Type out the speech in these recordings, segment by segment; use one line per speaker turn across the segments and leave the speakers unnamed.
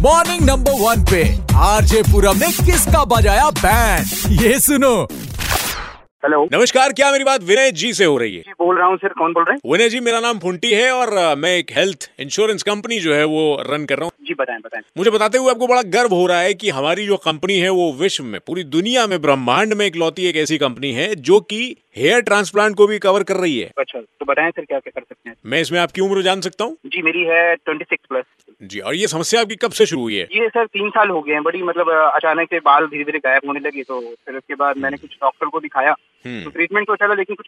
Number one पे RJ Puram ने किसका बजाया बैंड ये सुनो
हेलो
नमस्कार क्या मेरी बात विनय जी से हो रही है
जी बोल रहा हूँ सर कौन बोल रहे हैं
विनय जी मेरा नाम फुंटी है और अ, मैं एक हेल्थ इंश्योरेंस कंपनी जो है वो रन कर रहा हूँ
जी बताएं बताएं
मुझे बताते हुए आपको बड़ा गर्व हो रहा है कि हमारी जो कंपनी है वो विश्व में पूरी दुनिया में ब्रह्मांड में इकलौती एक ऐसी कंपनी है जो कि हेयर ट्रांसप्लांट को भी कवर कर रही है
अच्छा तो बताएं सर क्या क्या कर सकते हैं
मैं इसमें आपकी उम्र जान सकता हूँ
जी मेरी है ट्वेंटी सिक्स प्लस
जी और ये समस्या आपकी कब से शुरू हुई है
ये सर तीन साल हो गए हैं बड़ी मतलब अ, अचानक से बाल धीरे धीरे गायब होने लगे तो फिर उसके बाद
हम्म।
मैंने कुछ डॉक्टर को दिखाया तो ट्रीटमेंट तो चला लेकिन कुछ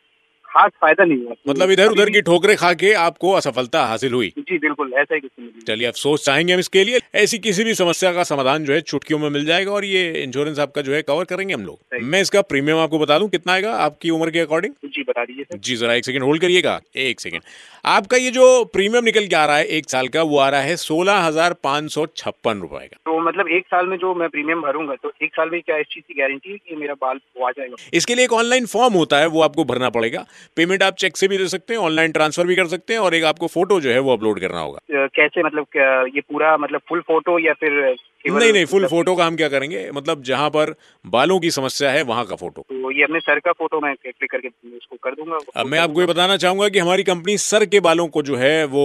खास फायदा नहीं हुआ
मतलब इधर उधर
अभी-
की ठोकरें खा के आपको असफलता हासिल हुई
जी बिल्कुल ऐसा ही कुछ नहीं मिली।
चलिए अफसोस चाहेंगे हम इसके लिए ऐसी किसी भी समस्या का समाधान जो है छुटकियों में मिल जाएगा और ये इंश्योरेंस आपका जो है कवर करेंगे हम लोग
सही।
मैं इसका प्रीमियम आपको बता दूं कितना आएगा आपकी उम्र के अकॉर्डिंग
जी बता दीजिए सर
जी जरा एक सेकंड होल्ड करिएगा एक सेकंड आपका ये जो प्रीमियम निकल के आ रहा है एक साल का वो आ रहा है सोलह हजार पाँच सौ छप्पन रुपए का
तो मतलब एक साल में जो मैं प्रीमियम भरूंगा तो एक साल में क्या इस चीज की गारंटी है कि मेरा बाल वो आ जाएगा
इसके लिए एक ऑनलाइन फॉर्म होता है वो आपको भरना पड़ेगा पेमेंट आप चेक से भी दे सकते हैं ऑनलाइन ट्रांसफर भी कर सकते हैं और एक आपको फोटो जो है वो अपलोड करना होगा
अ, कैसे मतलब क्या ये पूरा मतलब फुल फोटो या फिर केवल-
नहीं नहीं फुल
मतलब-
फोटो का हम क्या करेंगे मतलब जहाँ पर बालों की समस्या है वहाँ का फोटो
तो ये अपने सर का फोटो मैं क्लिक करके उसको कर दूंगा
अब मैं आपको ये बताना चाहूंगा कि हमारी कंपनी सर के बालों को जो है वो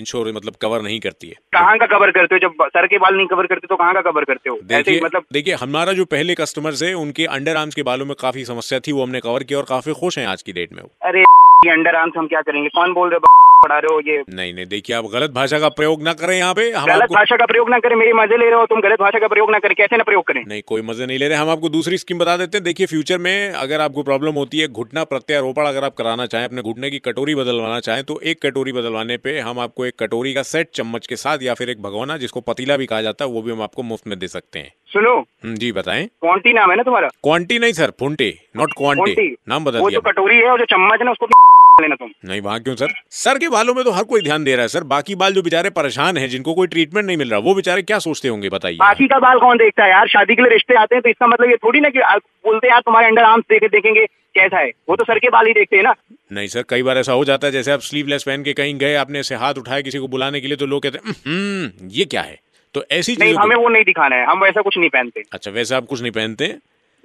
इंश्योर मतलब कवर नहीं करती है
कहाँ का कवर करते हो जब सर के बाल नहीं कवर करते तो कहाँ का कवर करते हो ऐसे ही
देखिए
मतलब
देखिए हमारा जो पहले कस्टमर्स है उनके अंडर आर्म्स के बालों में काफी समस्या थी वो हमने कवर किया और काफी खुश हैं आज की डेट में वो
अरे ये अंडर आर्म्स हम क्या करेंगे कौन बोल रहे हो पढ़ा रहे हो ये
नहीं नहीं देखिए आप गलत भाषा का प्रयोग ना करें यहाँ पे हम
गलत
आपको
भाषा का प्रयोग ना करें मेरे मजे ले रहे हो तुम गलत भाषा का प्रयोग ना करें कैसे ना प्रयोग करें
नहीं कोई मजे नहीं ले रहे हम आपको दूसरी स्कीम बता देते हैं देखिए फ्यूचर में अगर आपको प्रॉब्लम होती है घुटना प्रत्यारोपण अगर आप कराना चाहें अपने घुटने की कटोरी बदलवाना चाहें तो एक कटोरी बदलवाने पे हम आपको एक कटोरी का सेट चम्मच के साथ या फिर एक भगोना जिसको पतीला भी कहा जाता है वो भी हम आपको मुफ्त में दे सकते हैं
सुनो
हम्म, जी बताएं
कौनटी नाम है ना तुम्हारा
क्वांटी नहीं सर फुंटी नॉट क्वांटी
कौनटी
नाम बदल
वो तो
दिया
जो कटोरी है और जो चम्मच है ना उसको भी लेना तुम
नहीं वहाँ क्यों सर सर के बालों में तो हर कोई ध्यान दे रहा है सर बाकी बाल जो बेचारे परेशान हैं जिनको कोई ट्रीटमेंट नहीं मिल रहा वो बेचारे क्या सोचते होंगे बताइए
बाकी का बाल कौन देखता है यार शादी के लिए रिश्ते आते हैं तो इसका मतलब ये थोड़ी ना कि आप बोलते हैं यार तुम्हारे अंडर आर्म्स देखे देखेंगे कैसा है वो तो सर के बाल ही देखते हैं ना
नहीं सर कई बार ऐसा हो जाता है जैसे आप स्लीवलेस पहन के कहीं गए आपने ऐसे हाथ उठाया किसी को बुलाने के लिए तो लोग कहते हैं "हम्म, ये क्या है तो ऐसी
नहीं
चीजों
हमें
को
वो नहीं दिखाना है हम वैसा कुछ नहीं पहनते
अच्छा वैसे आप कुछ नहीं पहनते हैं?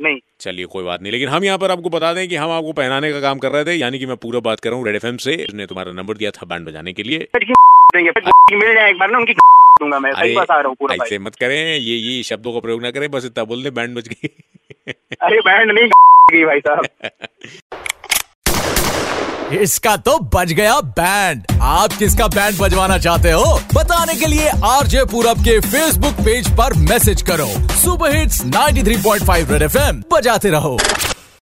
नहीं
चलिए कोई बात नहीं लेकिन हम यहाँ पर आपको बता दें कि हम आपको पहनाने का काम कर रहे थे यानी कि मैं पूरा बात कर रहा हूँ रेड एफ से जिसने तुम्हारा नंबर दिया था बैंड बजाने के लिए
फिर की देंगे फिर की मिल जाए एक बार ना उनकी दूंगा मैं सही बता रहा हूँ पूरा भाई
ऐसे मत करें ये ये शब्दों का प्रयोग ना करें बस इतना बोल दें बैंड बज गई
अरे बैंड नहीं गई भाई साहब
इसका तो बज गया बैंड आप किसका बैंड बजवाना चाहते हो बताने के लिए आरजे पूरब के फेसबुक पेज पर मैसेज करो सुपर हिट्स 93.5 रेड एफएम बजाते रहो